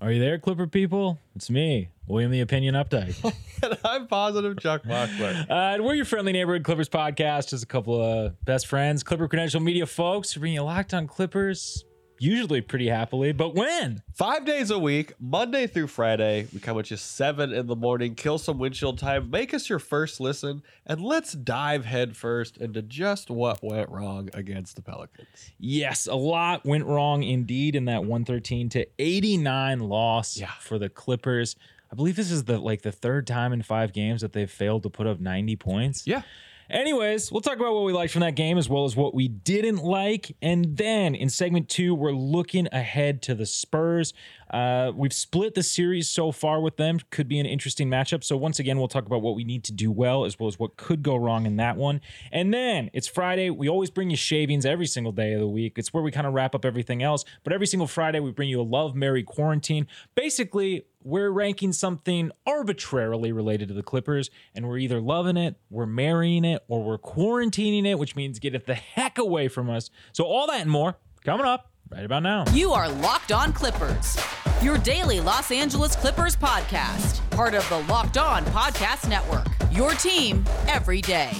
Are you there, Clipper people? It's me, William the Opinion Updike. and I'm positive Chuck Mockler. Uh, and we're your friendly neighborhood Clippers podcast. Just a couple of best friends, Clipper Credential Media folks, who bring you locked on Clippers, usually pretty happily. But when? Five days a week, Monday through Friday, we come at you seven in the morning, kill some windshield time, make us your first listen, and let's dive headfirst into just what went wrong against the Pelicans. Yes, a lot went wrong indeed in that 113 to 89 loss Yeah. for the Clippers. I believe this is the like the third time in five games that they've failed to put up 90 points. Yeah. Anyways, we'll talk about what we liked from that game as well as what we didn't like. And then in segment two, we're looking ahead to the Spurs. Uh, we've split the series so far with them. Could be an interesting matchup. So, once again, we'll talk about what we need to do well as well as what could go wrong in that one. And then it's Friday. We always bring you shavings every single day of the week. It's where we kind of wrap up everything else. But every single Friday, we bring you a Love, Mary Quarantine. Basically, we're ranking something arbitrarily related to the Clippers, and we're either loving it, we're marrying it, or we're quarantining it, which means get it the heck away from us. So, all that and more coming up right about now. You are Locked On Clippers, your daily Los Angeles Clippers podcast, part of the Locked On Podcast Network. Your team every day.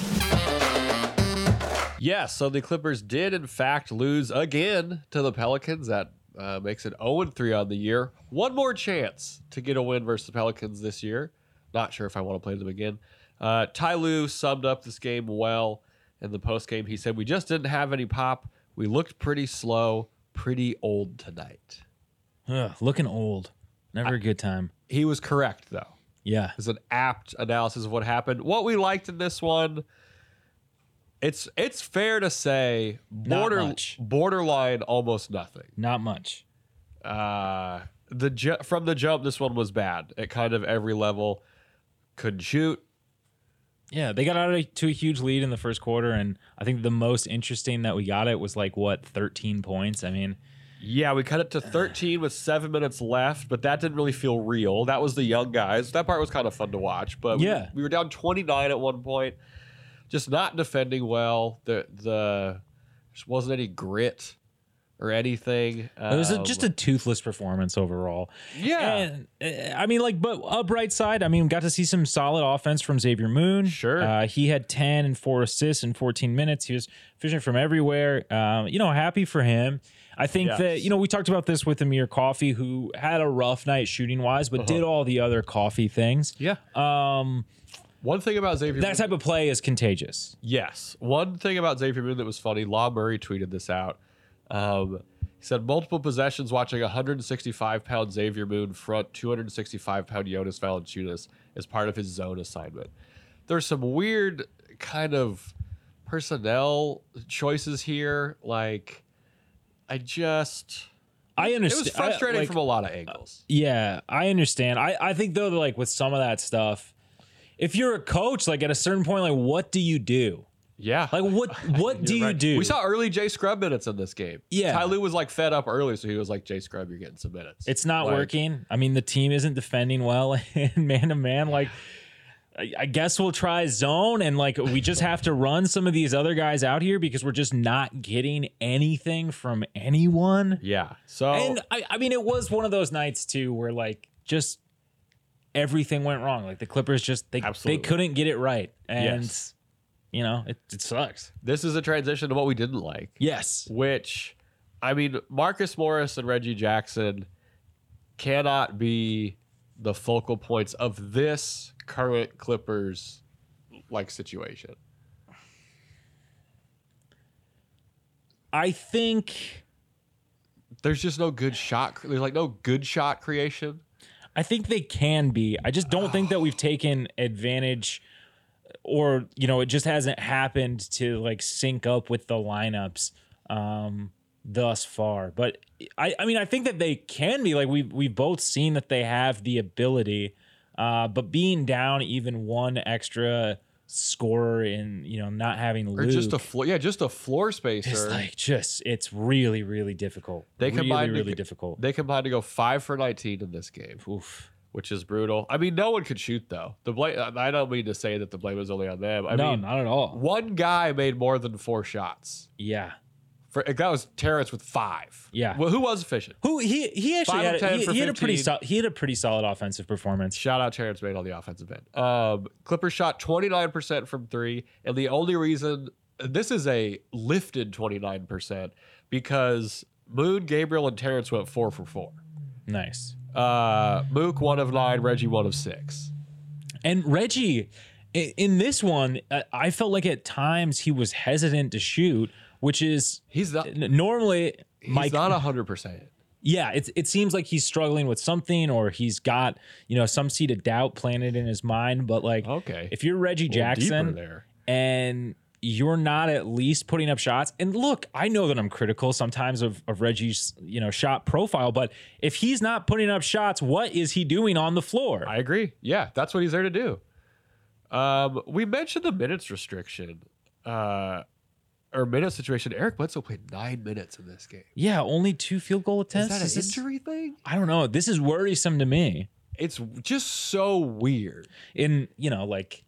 Yes, so the Clippers did, in fact, lose again to the Pelicans. That uh, makes it 0 3 on the year. One more chance to get a win versus the Pelicans this year. Not sure if I want to play them again. Uh, Ty Lue summed up this game well in the postgame. He said, We just didn't have any pop. We looked pretty slow, pretty old tonight. Ugh, looking old. Never a good time. He was correct, though. Yeah. is an apt analysis of what happened. What we liked in this one, it's it's fair to say border much. borderline almost nothing. Not much. Uh the ju- from the jump this one was bad at kind of every level. Couldn't shoot. Yeah, they got out of- to a huge lead in the first quarter, and I think the most interesting that we got it was like what thirteen points. I mean, Yeah, we cut it to 13 with 7 minutes left, but that didn't really feel real. That was the young guys. That part was kind of fun to watch, but we- Yeah. we, were down 29 at one point. Just not defending well. The the just wasn't any grit or anything. it was a- Um, just a toothless performance overall. Yeah. And, uh, I mean, like, but a bright side, I mean, got to see some solid offense from Xavier Moon. Sure. Uh, he had 10 and four assists in 14 minutes. He was fishing from everywhere. Um, you know, happy for him. I think Yes. that, you know, we talked about this with Amir Coffee, who had a rough night shooting wise, but did all the other coffee things. Uh-huh. Yeah. Um, One thing about Xavier that type of play is contagious. Yes. One thing about Xavier Moon that was funny, Law Murray tweeted this out. Um, he said multiple possessions watching 165 pound Xavier Moon front 265 pound Jonas Valanciunas as part of his zone assignment. There's some weird kind of personnel choices here. Like, I just I uh, it understand. was frustrating from a lot of angles. Yeah, I understand. I, I think though, like with some of that stuff, if you're a coach, like at a certain point, like what do you do? Yeah. Like what what do you Right. do? We saw early Jay Scrub minutes in this game. Yeah. Ty Lue was like fed up early, so he was like, Jay Scrub, you're getting some minutes. it's not Like, working. I mean, the team isn't defending well and man to man. Like, I, I guess we'll try zone and like we just have to run some of these other guys out here because we're just not getting anything from anyone. Yeah. So And I, I mean, it was one of those nights too where like just everything went wrong. Like the Clippers just they Absolutely. they couldn't get it right, and Yes. you know it, it sucks. this is a transition to what we didn't like, Yes, which, I mean, Marcus Morris and Reggie Jackson cannot be the focal points of this current Clippers like situation. I think There's just no good shot. There's like no good shot creation. I think they can be. I just don't think that we've taken advantage or, you know, it just hasn't happened to like sync up with the lineups um thus far. But I I mean I think that they can be like we've we've both seen that they have the ability. Uh but being down even one extra scorer and you know not having Or Luke, just a floor, yeah, just a floor spacer. it's like just it's really really difficult. They really combined to really get- difficult. They combined to go five for 19 in this game, Oof. which is brutal. I mean, no one could shoot though. The blame. I don't mean to say that the blame is only on them. I no, mean, not at all. one guy made more than four shots Yeah. For that was Terrence with five. Yeah. Well, who was efficient? Who he he actually Five had, of a, 10 he, for he had a pretty 15. sol- he had a pretty solid offensive performance. Shout out Terrence made on the offensive end. Um, Clippers shot 29% from three. And the only reason this is a lifted 29% because Moon, Gabriel, and Terrence went four for four. Nice. Uh, Mook, one of nine. Reggie, one of six. And Reggie, i- in this one, uh, I felt like at times he was hesitant to shoot, which is He's not, n- normally he's Mike. not 100%. yeah, it, it seems like he's struggling with something or he's got, you know, some seed of doubt planted in his mind. But like, Okay. if you're Reggie Oh. A little deeper Jackson there. and you're not at least putting up shots, and look, I know that I'm critical sometimes of, of Reggie's, you know, shot profile, but if he's not putting up shots, what is he doing on the floor? I agree. Yeah, that's what he's there to do. Um, we mentioned the minutes restriction uh, or minute situation. Eric Bledsoe played nine minutes in this game. yeah, only two field goal Is attempts. that an Is this- injury thing? I don't know. This is worrisome to me. It's just so weird. In you know, like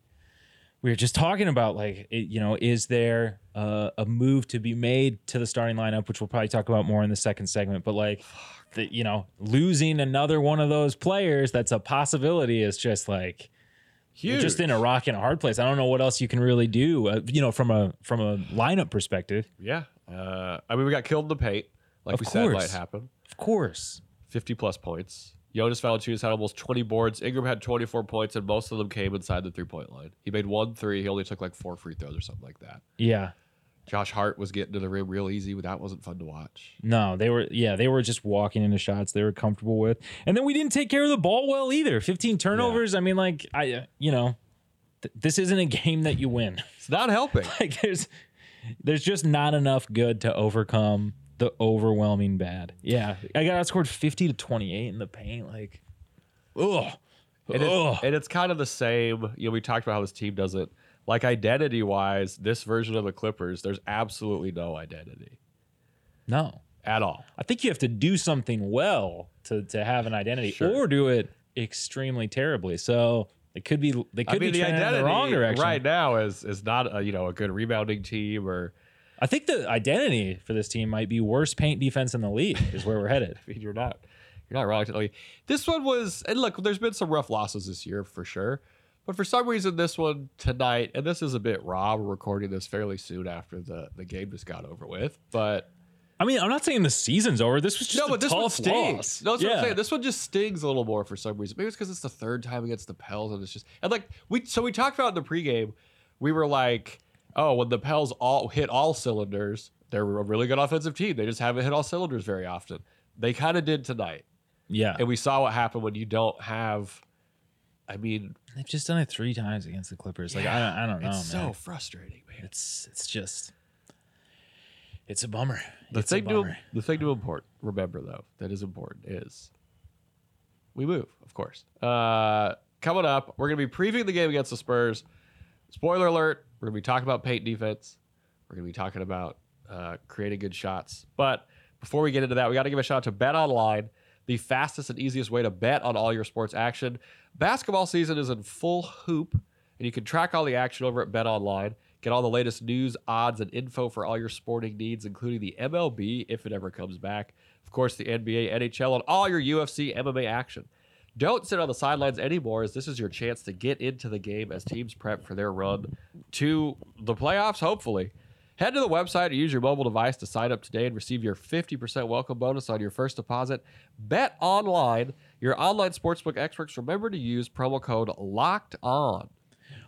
we were just talking about, like it, you know, is there uh, a move to be made to the starting lineup, which we'll probably talk about more in the second segment. But like, the, you know, losing another one of those players that's a possibility is just like Huge. you're just in a rock and a hard place. I don't know what else you can really do. Uh, you know, from a from a lineup perspective, yeah. Uh, I mean, we got killed in the paint, like Of we said might course. happen. of course. 50 plus points. Jonas Valanciunas had almost 20 boards. Ingram had 24 points, and most of them came inside the three point line. He made one three. He only took like four free throws or something like that. Yeah. Josh Hart was getting to the rim real easy. but That wasn't fun to watch. No, they were yeah, they were just walking into shots they were comfortable with. And then we didn't take care of the ball well either. 15 turnovers. I mean like I uh, you know, th- this isn't a game that you win. It's not helping. like there's there's just not enough good to overcome the overwhelming bad. Yeah. I got outscored 50 to 28 in the paint like ugh. And, Ugh. it, and it's kind of the same. You know, we talked about how this team doesn't like identity wise. This version of the Clippers, there's absolutely no identity no. at all. I think you have to do something well to to have an identity Sure. or do it extremely terribly. So it could be they could I mean, be the trending identity in the wrong direction. right now is is not a, you know a good rebounding team or I think the identity for this team might be worst paint defense in the league is where we're headed. I mean, you're not you're not wrong. Like, this one was, and look, there's been some rough losses this year for sure, but for some reason, this one tonight, and this is a bit raw. We're recording this fairly soon after the the game just got over with, but I mean, I'm not saying the season's over. This was just no, a but this tough one stings. loss. No, that's what Yeah. I'm saying. This one just stings a little more for some reason. Maybe it's because it's the third time against the Pels, and it's just and like we so we talked about in the pregame, we were like, oh, when the Pels all hit all cylinders, they're a really good offensive team. They just haven't hit all cylinders very often. They kind of did tonight, yeah, and we saw what happened when you don't have. I mean, they've just done it three times against the Clippers. Like I don't, I don't know, it's so man. frustrating, man. It's it's just it's a bummer. The it's a thing to bummer. the thing to import remember though that is important is we move, of course. Uh, coming up, we're gonna be previewing the game against the Spurs. Spoiler alert: We're gonna be talking about paint defense. We're gonna be talking about uh, creating good shots. But before we get into that, we got to give a shout out to Bet Online, the fastest and easiest way to bet on all your sports action. Basketball season is in full hoop, and you can track all the action over at Bet Online. Get all the latest news, odds, and info for all your sporting needs, including the MLB if it ever comes back. Of course, the NBA, NHL, and all your UFC, MMA action. Don't sit on the sidelines anymore, as this is your chance to get into the game as teams prep for their run to the playoffs, hopefully. Head to the website or use your mobile device to sign up today and receive your 50% welcome bonus on your first deposit. Bet online, your online sportsbook experts. Remember to use promo code LOCKED ON.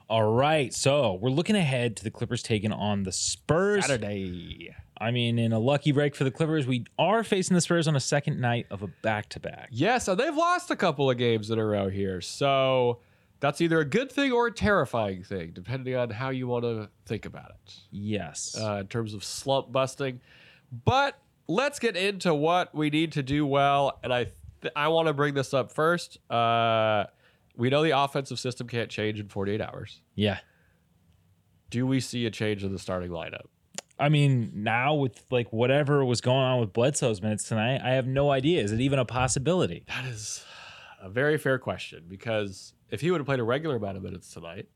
All right, so we're looking ahead to the Clippers taking on the Spurs. Saturday. I mean, in a lucky break for the Clippers, we are facing the Spurs on a second night of a back to back. Yes, and they've lost a couple of games in a row here. So that's either a good thing or a terrifying thing, depending on how you want to think about it. Yes. uh, in terms of slump busting. But let's get into what we need to do well. And I th- I want to bring this up first. Uh, we know the offensive system can't change in 48 hours. yeah. Do we see a change in the starting lineup? I mean, now with like whatever was going on with Bledsoe's minutes tonight, I have no idea. Is it even a possibility? That is a very fair question because if he would have played a regular amount of minutes tonight,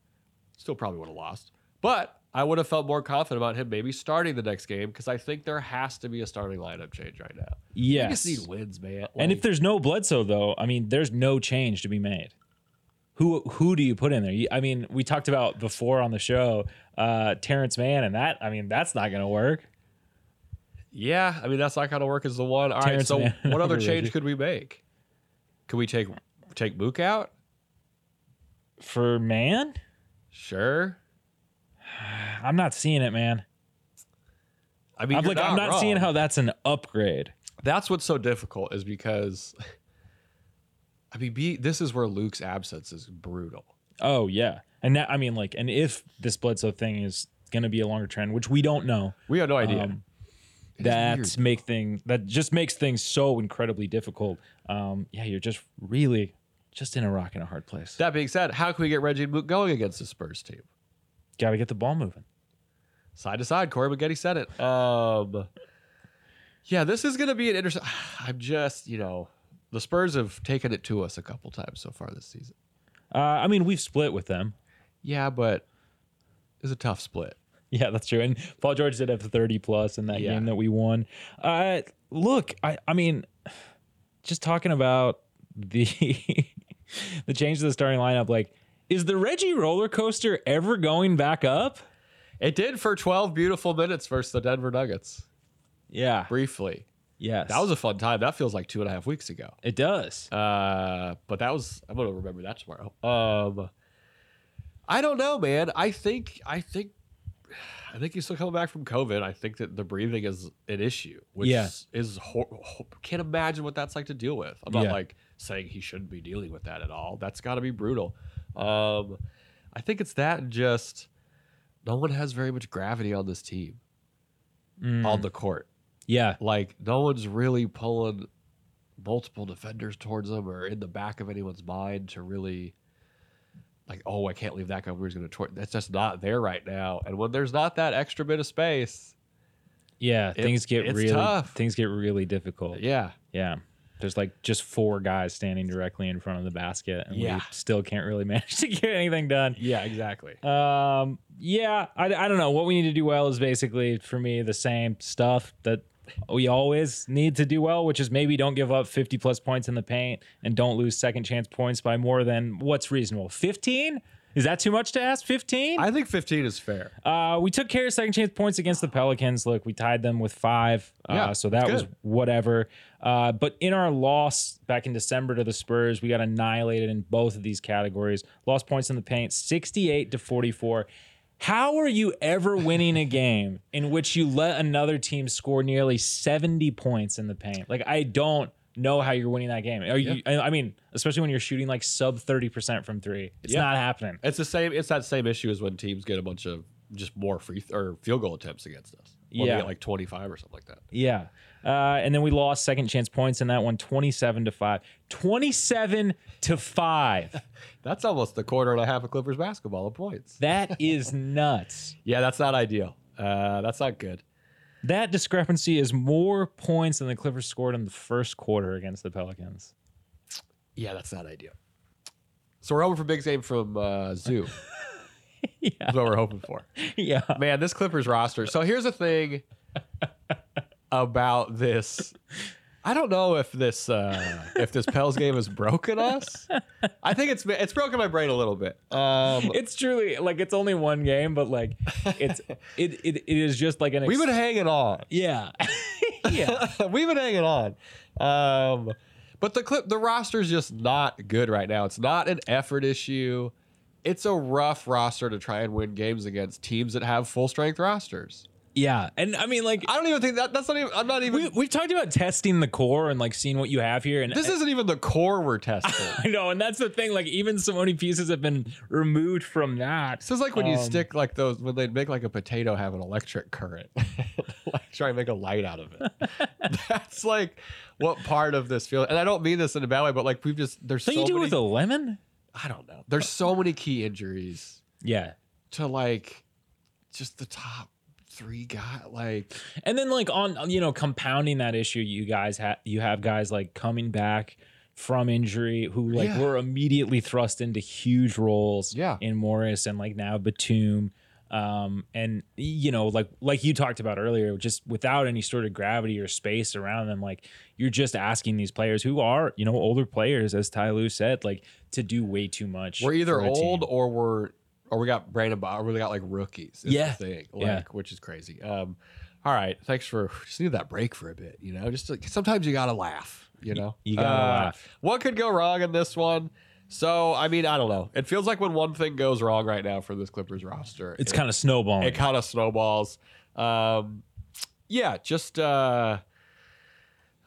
still probably would have lost. But I would have felt more confident about him maybe starting the next game because I think there has to be a starting lineup change right now. You Yes. just need wins, man. And Like, if there's no Bledsoe, though, I mean, there's no change to be made. Who who do you put in there? You- I mean, we talked about before on the show, uh, Terrence Mann, and that. I mean, that's not going to work. yeah, I mean that's not going to work as the one. All right, Terrence so Mann what over other Reggie. change could we make? Could we take take Mook out? For Mann, Sure. I'm not seeing it, man. I mean, I'm you're like, I'm not seeing wrong. how that's an upgrade. that's what's so difficult is because I mean, be, this is where Luke's absence is brutal. Oh yeah, and that, I mean, like, and if this Bledsoe thing is going to be a longer trend, which we don't know, We have no idea. Um, It is that weird. make thing that just makes things so incredibly difficult. Um, yeah, you're just really just in a rock and a hard place. that being said, how can we get Reggie and Mook going against the Spurs team? Got to get the ball moving. Side to side, Corey Maggette said it. Um, yeah, this is going to be an interesting. I'm just, you know, the Spurs have taken it to us a couple times so far this season. Uh, I mean, we've split with them. Yeah, but it's a tough split. Yeah, that's true. And Paul George did have 30 plus in that Yeah. game that we won. Uh, look, I, I mean, just talking about the the change to the starting lineup, like, is the Reggie roller coaster ever going back up? It did for 12 beautiful minutes versus the Denver Nuggets. Yeah. Briefly, Yes. that was a fun time. That feels like two and a half weeks ago. it does. Uh, but that was I'm gonna remember that tomorrow. Um, I don't know, man. I think I think I think he's still coming back from COVID. I think that the breathing is an issue, which Yeah. is hor- hor- can't imagine what that's like to deal with. I'm not Yeah. like saying he shouldn't be dealing with that at all. That's got to be brutal. Um, I think it's that and just no one has very much gravity on this team Mm. on the court Yeah. like no one's really pulling multiple defenders towards them or in the back of anyone's mind to really like oh i can't leave that guy we're going to tor-. that's just not there right now and when there's not that extra bit of space Yeah. things get it's really tough. things get really difficult. yeah Yeah. There's like just four guys standing directly in front of the basket, and we Yeah. still can't really manage to get anything done. yeah exactly Um, yeah, I, I don't know. What we need to do well is basically for me the same stuff that we always need to do well, which is maybe don't give up 50 plus points in the paint and don't lose second chance points by more than what's reasonable. 15? Is that too much to ask? 15? i think 15 is fair Uh, we took care of second chance points against the Pelicans. Look, we tied them with five. Yeah, uh, so that's that was good. whatever. Uh, but in our loss back in December to the Spurs, we got annihilated in both of these categories. Lost points in the paint, 68 to 44. How are you ever winning a game in which you let another team score nearly 70 points in the paint? Like, I don't know how you're winning that game. Are you, I I mean, especially when you're shooting like sub 30% from three. It's Yeah. not happening. it's the same it's that same issue as when teams get a bunch of just more free th- or field goal attempts against us when Yeah. we get like 25 or something like that Yeah. Uh, and then we lost second chance points in that one 27 to 5. 27 to 5. that's almost the quarter and a half of clippers basketball in points That is nuts. yeah that's not ideal uh, that's not good That discrepancy is more points than the Clippers scored in the first quarter against the Pelicans. Yeah, that's not ideal. So we're hoping for big game from uh, Zoo. That's what we're hoping for. yeah. Man, this Clippers roster. So here's the thing about this. I don't know if this uh, if this Pels game has broken us. I think it's it's broken my brain a little bit. Um, It's truly like it's only one game, but like it's it it, it is just like an ex- we've been hanging on. yeah yeah We've been hanging on. Um, but the clip, the roster's just not good right now. It's not an effort issue. It's a rough roster to try and win games against teams that have full strength rosters. yeah. And I mean like I don't even think that that's not even. I'm not even. we we've talked about testing the core and like seeing what you have here, and this isn't even the core we're testing. I know, and that's the thing. Like, even so many pieces have been removed from that. This is like when you Um, stick like those when they make like a potato have an electric current, like try and make a light out of it. That's like what part of this feels. And I don't mean this in a bad way, but like we've just there's Don't so you do it many. with a lemon? I don't know. There's so many key injuries. Yeah. to like just the top three guy like And then, like on you know, compounding that issue, you guys have you have guys like coming back from injury who like Yeah. were immediately thrust into huge roles. Yeah. In Morris and like now Batum. Um, and you know, like like you talked about earlier, just without any sort of gravity or space around them, like you're just asking these players who are you know older players, as Ty Lue said, like to do way too much. We're either for a team. old or we're or we got Brandon Bob or we got like rookies. Is Yeah. the thing, like Yeah. which is crazy. Um, all right, thanks for just need that break for a bit. You know, just like, sometimes you gotta laugh. You know, Uh, you gotta laugh. What could go wrong in this one? So I mean, I don't know. It feels like when one thing goes wrong right now for this Clippers roster, It's it- kind of snowballing. it kind of snowballs. Um, yeah, just uh,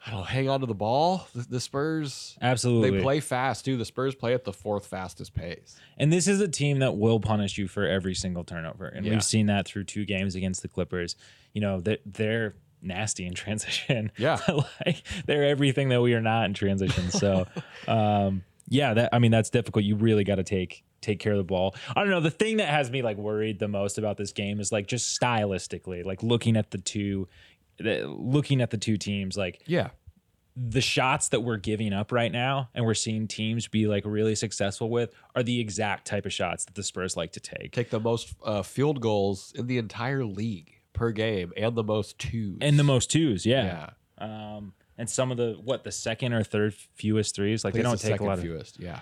I don't know, hang on to the ball. The, the Spurs, Absolutely. they play fast too. The Spurs play at the fourth fastest pace. And this is a team that will punish you for every single turnover. And Yeah. we've seen that through two games against the Clippers. You know, they're, they're nasty in transition. Yeah. like they're everything that we are not in transition. So, um, yeah, that I mean that's difficult. You really got to take take care of the ball. I don't know. The thing that has me like worried the most about this game is like just stylistically, like looking at the two the- looking at the two teams like Yeah. the shots that we're giving up right now and we're seeing teams be like really successful with are the exact type of shots that the Spurs like to take. Take the most uh, field goals in the entire league per game and the most twos. And the most twos, yeah. Yeah. Um and some of the what the second or third fewest threes, like I they think don't it's the take a second lot of fewest. Yeah.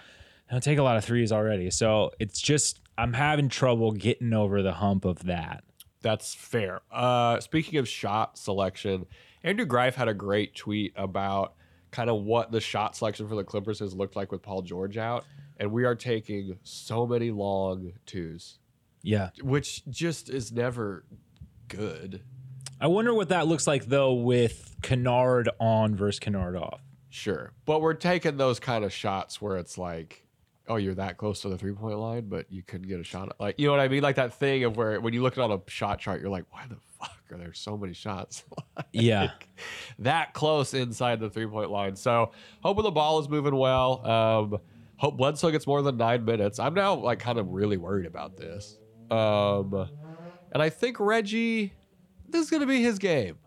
they don't take a lot of threes already. So it's just I'm having trouble getting over the hump of that. That's fair. Uh, speaking of shot selection, Andrew Greif had a great tweet about kind of what the shot selection for the Clippers has looked like with Paul George out. And we are taking so many long twos, Yeah. which just is never good. I wonder what that looks like though with Kennard on versus Kennard off. Sure. But we're taking those kind of shots where it's like, oh, you're that close to the three point line, but you couldn't get a shot. at- Like, you know what I mean? Like that thing of where when you look at a shot chart, you're like, why the fuck are there so many shots Yeah. that close inside the three point line? So, hoping the ball is moving well. Um, hope Bledsoe gets more than nine minutes. I'm now like kind of really worried about this. Um, and I think Reggie, this is going to be his game.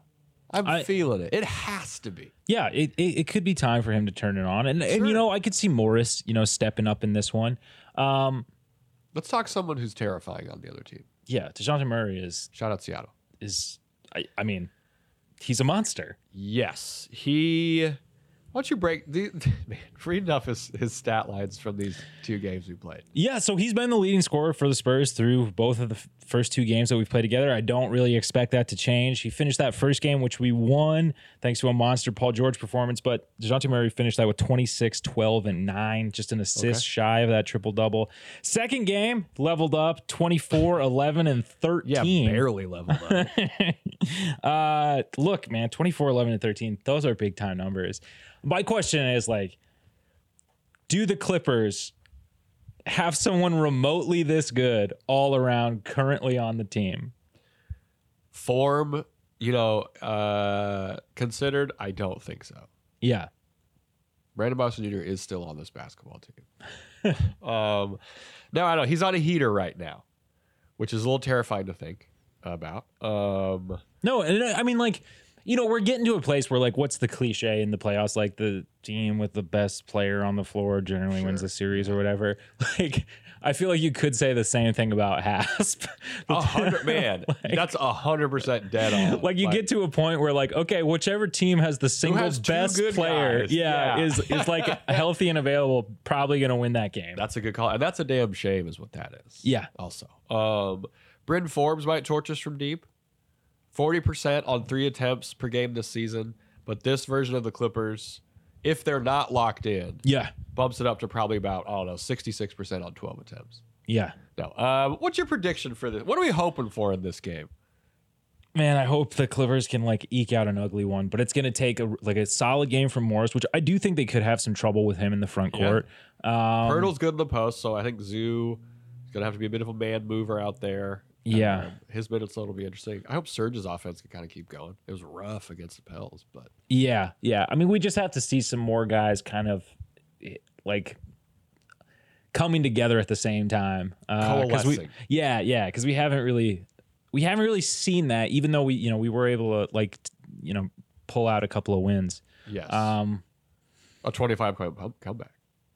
I'm I- feeling it. It has to be. Yeah, it, it, it could be time for him to turn it on. And, and you Sure. know, I could see Morris, you know, stepping up in this one. Um, Let's talk someone who's terrifying on the other team. yeah, DeJounte Murray is Shout out Seattle. is I, I mean, he's a monster. Yes, he. Why don't you break the man? Reading off his, his stat lines from these two games we played. Yeah, so he's been the leading scorer for the Spurs through both of the f- first two games that we've played together. I don't really expect that to change. He finished that first game, which we won thanks to a monster Paul George performance, but DeJounte Murray finished that with 26, 12, and 9, just an assist shy of that triple double. Second game, leveled up 24, 11, and 13. Yeah, barely leveled up. uh look man 24 11 and 13 those are big time numbers my question is like do the clippers have someone remotely this good all around currently on the team Form, you know, uh, considered. I don't think so. yeah Brandon Boston Jr. is still on this basketball team. um, no, I know he's on a heater right now, which is a little terrifying to think about. Um, no and uh, i I mean like you know we're getting to a place where like what's the cliche in the playoffs like the team with the best player on the floor generally wins Sure. the series or whatever like i feel like you could say the same thing about hasp a hundred man, that's a hundred percent dead on. like you get to a point where like okay whichever team has the single has two best good player guys? yeah, Yeah. is is like healthy and available probably gonna win that game That's a good call. And that's a damn shame, is what that is. Yeah. Also, um, Bryn Forbes might torch us from deep. 40% on three attempts per game this season. But this version of the Clippers, if they're not locked in, yeah bumps it up to probably about, I don't know, 66% on 12 attempts. yeah No. Um, what's your prediction for this? What are we hoping for in this game? man i hope the clippers can like eke out an ugly one but it's gonna take a like a solid game from morris which i do think they could have some trouble with him in the front Yeah. court um Hurdle's good in the post, so I think Zoo is going to have to be a bit of a man mover out there. Yeah. Um, his minutes load will be interesting. I hope Surge's offense can kind of keep going. It was rough against the Pels, but Yeah, yeah. I mean, we just have to see some more guys kind of eh, like coming together at the same time. Uh, 'cause We, Coalescing. yeah, yeah, because we haven't really we haven't really seen that. Even though we you know we were able to like t- you know pull out a couple of wins. yes. Um, a 25 point pump comeback.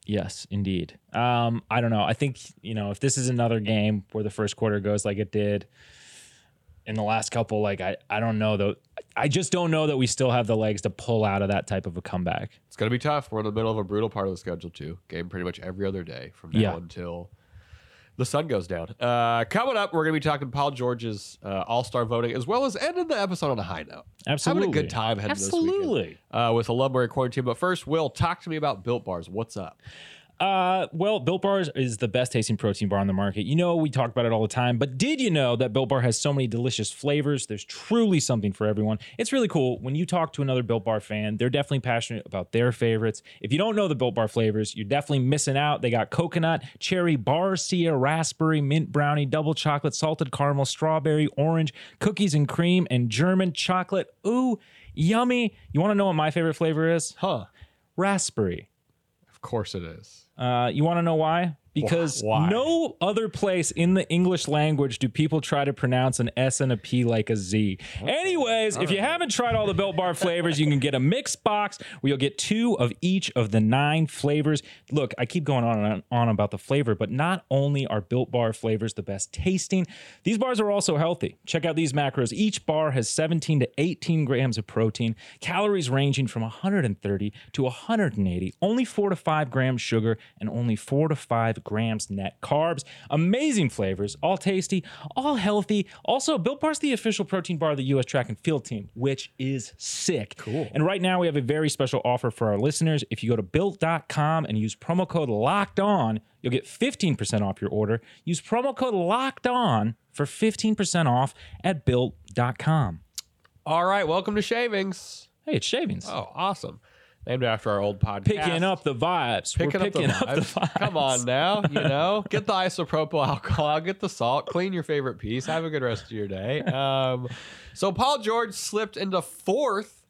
Yes, indeed. Um, I don't know. I think you know if this is another game where the first quarter goes like it did in the last couple, like I, I don't know though. I just don't know that we still have the legs to pull out of that type of a comeback. It's gonna be tough. We're in the middle of a brutal part of the schedule too. Game pretty much every other day from now Yeah. until the sun goes down. Uh, coming up, we're gonna be talking Paul George's uh, All Star voting, as well as ending the episode on a high note. Absolutely, having a good time heading this weekend, Absolutely. uh, with a Lumberary quarantine. But first, Will, talk to me about Built Bars. What's up? Uh, well, Built Bars is the best tasting protein bar on the market. You know, we talk about it all the time, but did you know that Built Bar has so many delicious flavors? There's truly something for everyone. It's really cool. When you talk to another Built Bar fan, they're definitely passionate about their favorites. If you don't know the Built Bar flavors, you're definitely missing out. They got coconut, cherry, barcia, raspberry, mint brownie, double chocolate, salted caramel, strawberry, orange, cookies and cream, and German chocolate. Ooh, yummy. You want to know what my favorite flavor is? Huh? Raspberry. Of course it is. Uh, you want to know why? Because Why? no other place in the English language do people try to pronounce an S and a P like a Z. Anyways, if you haven't tried all the Built Bar flavors, you can get a mixed box where you'll get two of each of the nine flavors. Look, I keep going on and on about the flavor, but not only are Built Bar flavors the best tasting, these bars are also healthy. Check out these macros. Each bar has 17 to 18 grams of protein, calories ranging from 130 to 180, only 4 to 5 grams sugar, and only 4 to 5 grams net carbs. Amazing flavors, all tasty, all healthy. Also, Built Bar's the official protein bar of the U.S. track and field team, which is sick. Cool. And right now, we have a very special offer for our listeners. If you go to built.com and use promo code locked on, you'll get 15% off your order. Use promo code locked on for 15% off at built.com. All right, welcome to Shavings. Hey, it's shavings. Oh, awesome! Named after our old podcast. picking up the vibes. We're picking up the, vibes. Come on now, you know, get the isopropyl alcohol, get the salt, clean your favorite piece, have a good rest of your day. Um, so Paul George slipped into fourth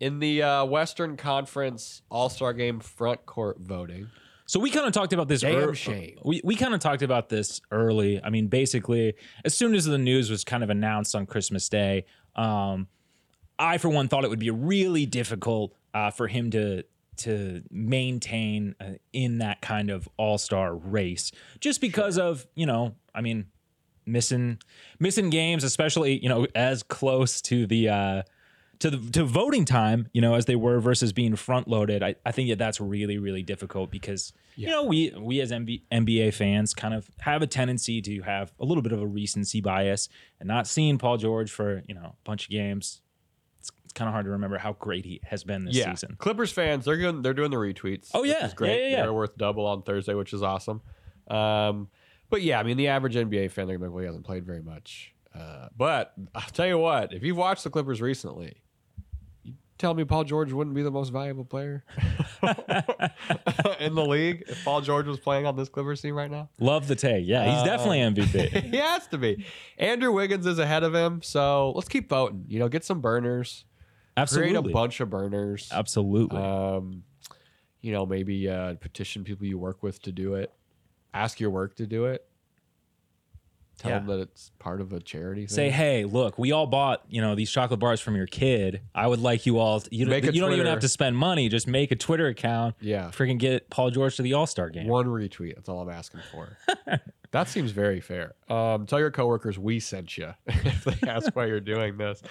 in the uh, Western Conference All Star Game front court voting. So we kind of talked about this. Damn shame. We, we kind of talked about this early. I mean, basically, as soon as the news was kind of announced on Christmas Day, um, I for one thought it would be really difficult uh, for him to to maintain uh, in that kind of all star race, just because of you know, I mean, missing missing games, especially you know as close to the uh, to the to voting time, you know, as they were versus being front loaded. I, I think that that's really really difficult because you know we we as MB, NBA fans kind of have a tendency to have a little bit of a recency bias and not seeing Paul George for you know a bunch of games. It's, it's kind of hard to remember how great he has been this season. Clippers fans, they're doing they're doing the retweets. Oh, which yeah. is Yeah, great. yeah, yeah. They're worth double on Thursday, which is awesome. Um, but yeah, I mean, the average NBA fan, they're gonna be like, well, he hasn't played very much. Uh, but I'll tell you what, if you've watched the Clippers recently, you tell me Paul George wouldn't be the most valuable player in the league if Paul George was playing on this Clippers team right now. Love the take. Yeah, he's definitely MVP. he has to be. Andrew Wiggins is ahead of him, so let's keep voting. You know, get some burners, create Absolutely. a bunch of burners. Absolutely. Um, you know, maybe uh, petition people you work with to do it. Ask your work to do it. Tell Yeah. them that it's part of a charity. Thing. Say, hey, look, we all bought, you know, these chocolate bars from your kid. I would like you all. you Make a you don't even Twitter- have to spend money. Just make a Twitter account. Yeah. freaking get Paul George to the All Star game. one retweet. That's all I'm asking for. that seems very fair. Um, tell your coworkers we sent you if they ask why you're doing this.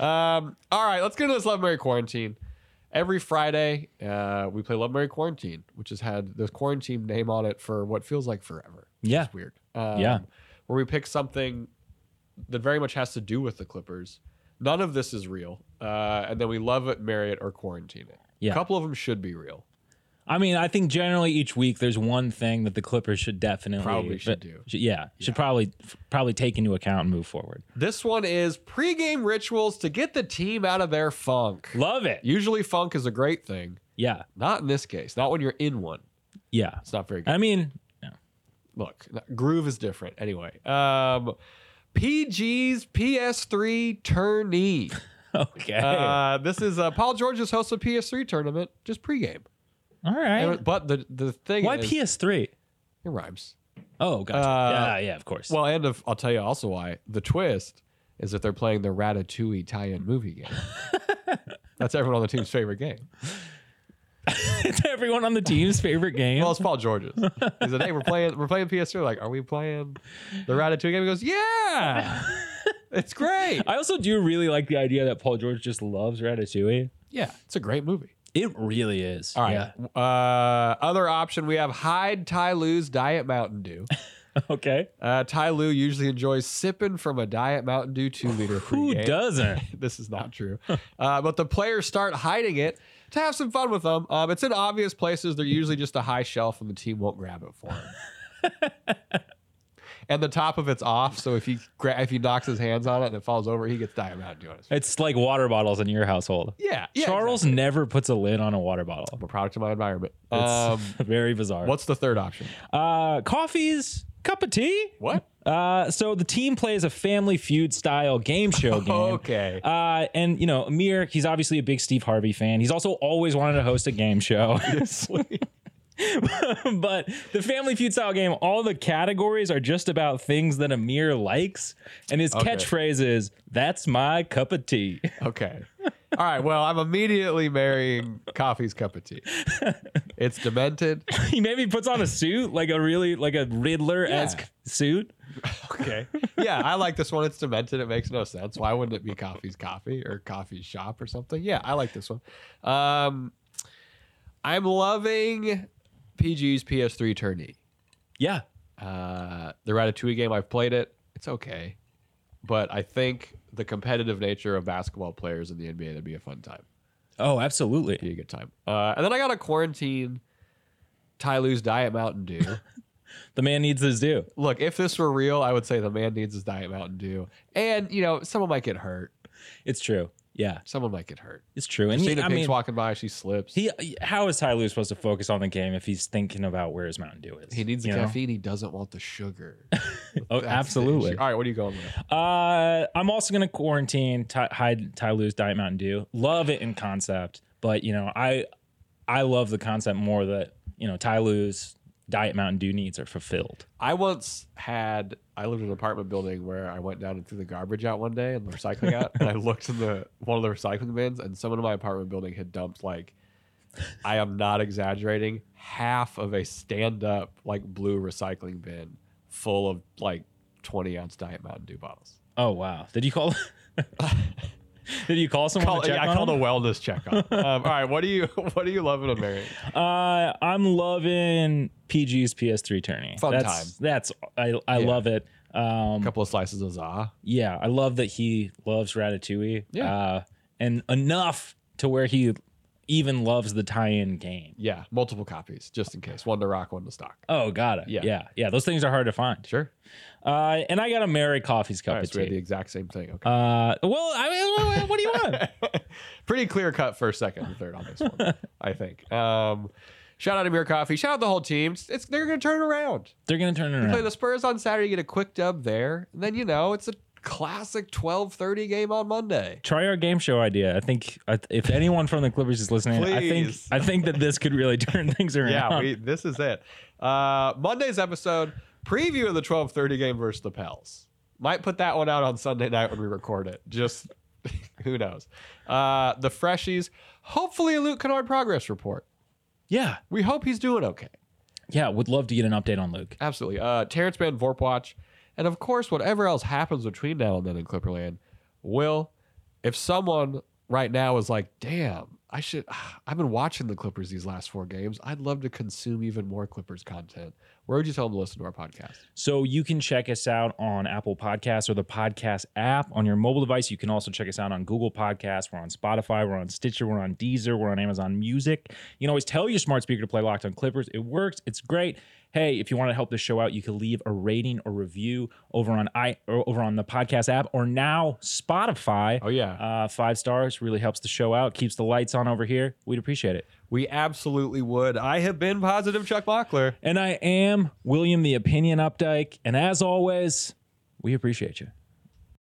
Um, all right, let's get into this Love Mary Quarantine. Every Friday, uh, we play Love Mary Quarantine, which has had the quarantine name on it for what feels like forever. which Yeah. is weird. Um, Yeah. where we pick something that very much has to do with the Clippers. None of this is real, uh, and then we love it, marry it, or quarantine it. Yeah. a couple of them should be real. I mean, I think generally each week there's one thing that the Clippers should definitely Probably should do. yeah, should probably probably take into account and move forward. This one is pregame rituals to get the team out of their funk. Love it. Usually, funk is a great thing. Yeah, Not in this case. Not when you're in one. yeah. It's not very good. I mean, Look, groove is different. Anyway, um, PG's PS3 tourney. okay, Uh, this is uh, Paul George's host a PS3 tournament, just pregame. all right. But the the thing Why is, PS3? it rhymes. Oh, gotcha. Uh, yeah, yeah, of course. Well, and if, I'll tell you also why. The twist is that they're playing the Ratatouille tie-in movie game. That's everyone on the team's favorite game. it's everyone on the team's favorite game. Well, it's Paul George's. He said, "Hey, we're playing. We're playing PS3. Like, are we playing the Ratatouille game?" He goes, "Yeah, it's great. I also do really like the idea that Paul George just loves Ratatouille. Yeah, it's a great movie." It really is. All right. Uh, other option we have hide Ty Lue's Diet Mountain Dew. Okay. Uh, Ty Lue usually enjoys sipping from a Diet Mountain Dew two liter. Who pregame. doesn't? this is not true. Uh, but the players start hiding it to have some fun with them. Um, it's in obvious places. They're usually just a high shelf, and the team won't grab it for him. and the top of it's off, so if he gra- if he knocks his hands on it and it falls over, he gets diamond out doing it. It's like water bottles in your household. Yeah, yeah, Charles never puts a lid on a water bottle. I'm a product of my environment. It's Um, very bizarre. what's the third option? uh, coffees, cup of tea. What? Uh, so the team plays a family feud style game show game. Okay. Uh, and you know, Amir, he's obviously a big Steve Harvey fan. He's also always wanted to host a game show. but the Family Feud style game, all the categories are just about things that Amir likes, and his catchphrase is "That's my cup of tea." Okay. All right. Well, I'm immediately marrying coffee's cup of tea. It's demented. he maybe puts on a suit, like a really like a Riddler esque Yeah. suit. Okay. Yeah, I like this one. It's demented. It makes no sense. Why wouldn't it be coffee's coffee or coffee's shop or something? Yeah, I like this one. Um, I'm loving PG's PS3 tourney. Yeah, Uh, the Ratatouille game, I've played it. It's okay, but I think the competitive nature of basketball players in the NBA that'd be a fun time. Oh, absolutely. Be a good time. Uh, and then I got a quarantine. Ty Lue's Diet Mountain Dew. The man needs his due. Look, if this were real, I would say the man needs his Diet Mountain Dew. And, you know, someone might get hurt. It's true. Yeah, Someone might get hurt. it's true. And Christina he, I Pink's mean, walking by. She slips. He, he how is Ty Lue supposed to focus on the game if he's thinking about where his Mountain Dew is? needs the you know? caffeine. He doesn't want the sugar. Oh, That's the absolutely. issue. All right, what are you going with? Uh, I'm also gonna quarantine Ty, hide Ty Lue's Diet Mountain Dew. Love it in concept, but you know, I I love the concept more that you know Ty Lue's Diet Mountain Dew needs are fulfilled. I once had. I lived in an apartment building where I went down and threw the garbage out one day and the recycling out, and I looked in the one of the recycling bins, and someone in my apartment building had dumped like, I am not exaggerating, half of a stand-up like blue recycling bin full of like twenty ounce Diet Mountain Dew bottles. Oh wow! Did you call? Did you call someone? Call, to check yeah, I on called a him? wellness check on. it. um, all right, what do you what are you loving on Mary? Uh, I'm loving PG's PS3 tourney. Fun that's, time. That's I I Yeah. love it. Um, couple of slices of za. yeah, I love that he loves Ratatouille. Yeah. uh, and enough to where he even loves the tie-in game. Yeah, multiple copies just in case. One to rock, one to stock. Oh, got it. Yeah. Yeah, yeah, yeah. Those things are hard to find. Sure. Uh, and I got a Mary Coffee's cup All right, of so we had the tea. exact same thing. Okay. Uh, well, I mean, what- what do you want? Pretty clear cut first, second, and third on this one, I think. Um, shout out to Amir Coffee. Shout out the whole team. It's, it's- they're going to turn around. They're gonna turn it Play around. the Spurs on Saturday, get a quick dub there. And then, you know, it's a classic 1230 game on Monday. Try our game show idea. I think I th- if anyone from the Clippers is listening, I think Please. I think that this could really turn things around. Yeah, we, this is it. Uh, Monday's episode, preview of the 1230 game versus the Pels. Might put that one out on Sunday night when we record it. Just who knows. Uh, the Freshies, hopefully a Luke Kennard progress report. yeah, We hope he's doing okay. yeah. Would love to get an update on Luke. Absolutely. Uh, Terrence Van Vorpwatch. And of course, whatever else happens between now and then in Clipperland will, if someone right now is like, damn, I should, I've been watching the Clippers these last four games. I'd love to consume even more Clippers content. Where would you tell them to listen to our podcast? So you can check us out on Apple Podcasts or the podcast app on your mobile device. You can also check us out on Google Podcasts. We're on Spotify. We're on Stitcher. We're on Deezer. We're on Amazon Music. You can always tell your smart speaker to play Locked On Clippers. It works. It's great. Hey, if you want to help this show out, you can leave a rating or review over on i or over on the podcast app or now Spotify. Oh, yeah. uh, five stars really helps the show out. Keeps the lights on over here. We'd appreciate it. We absolutely would. I have been positive Chuck Mockler. And I am William the Opinion Updike. And as always, we appreciate you.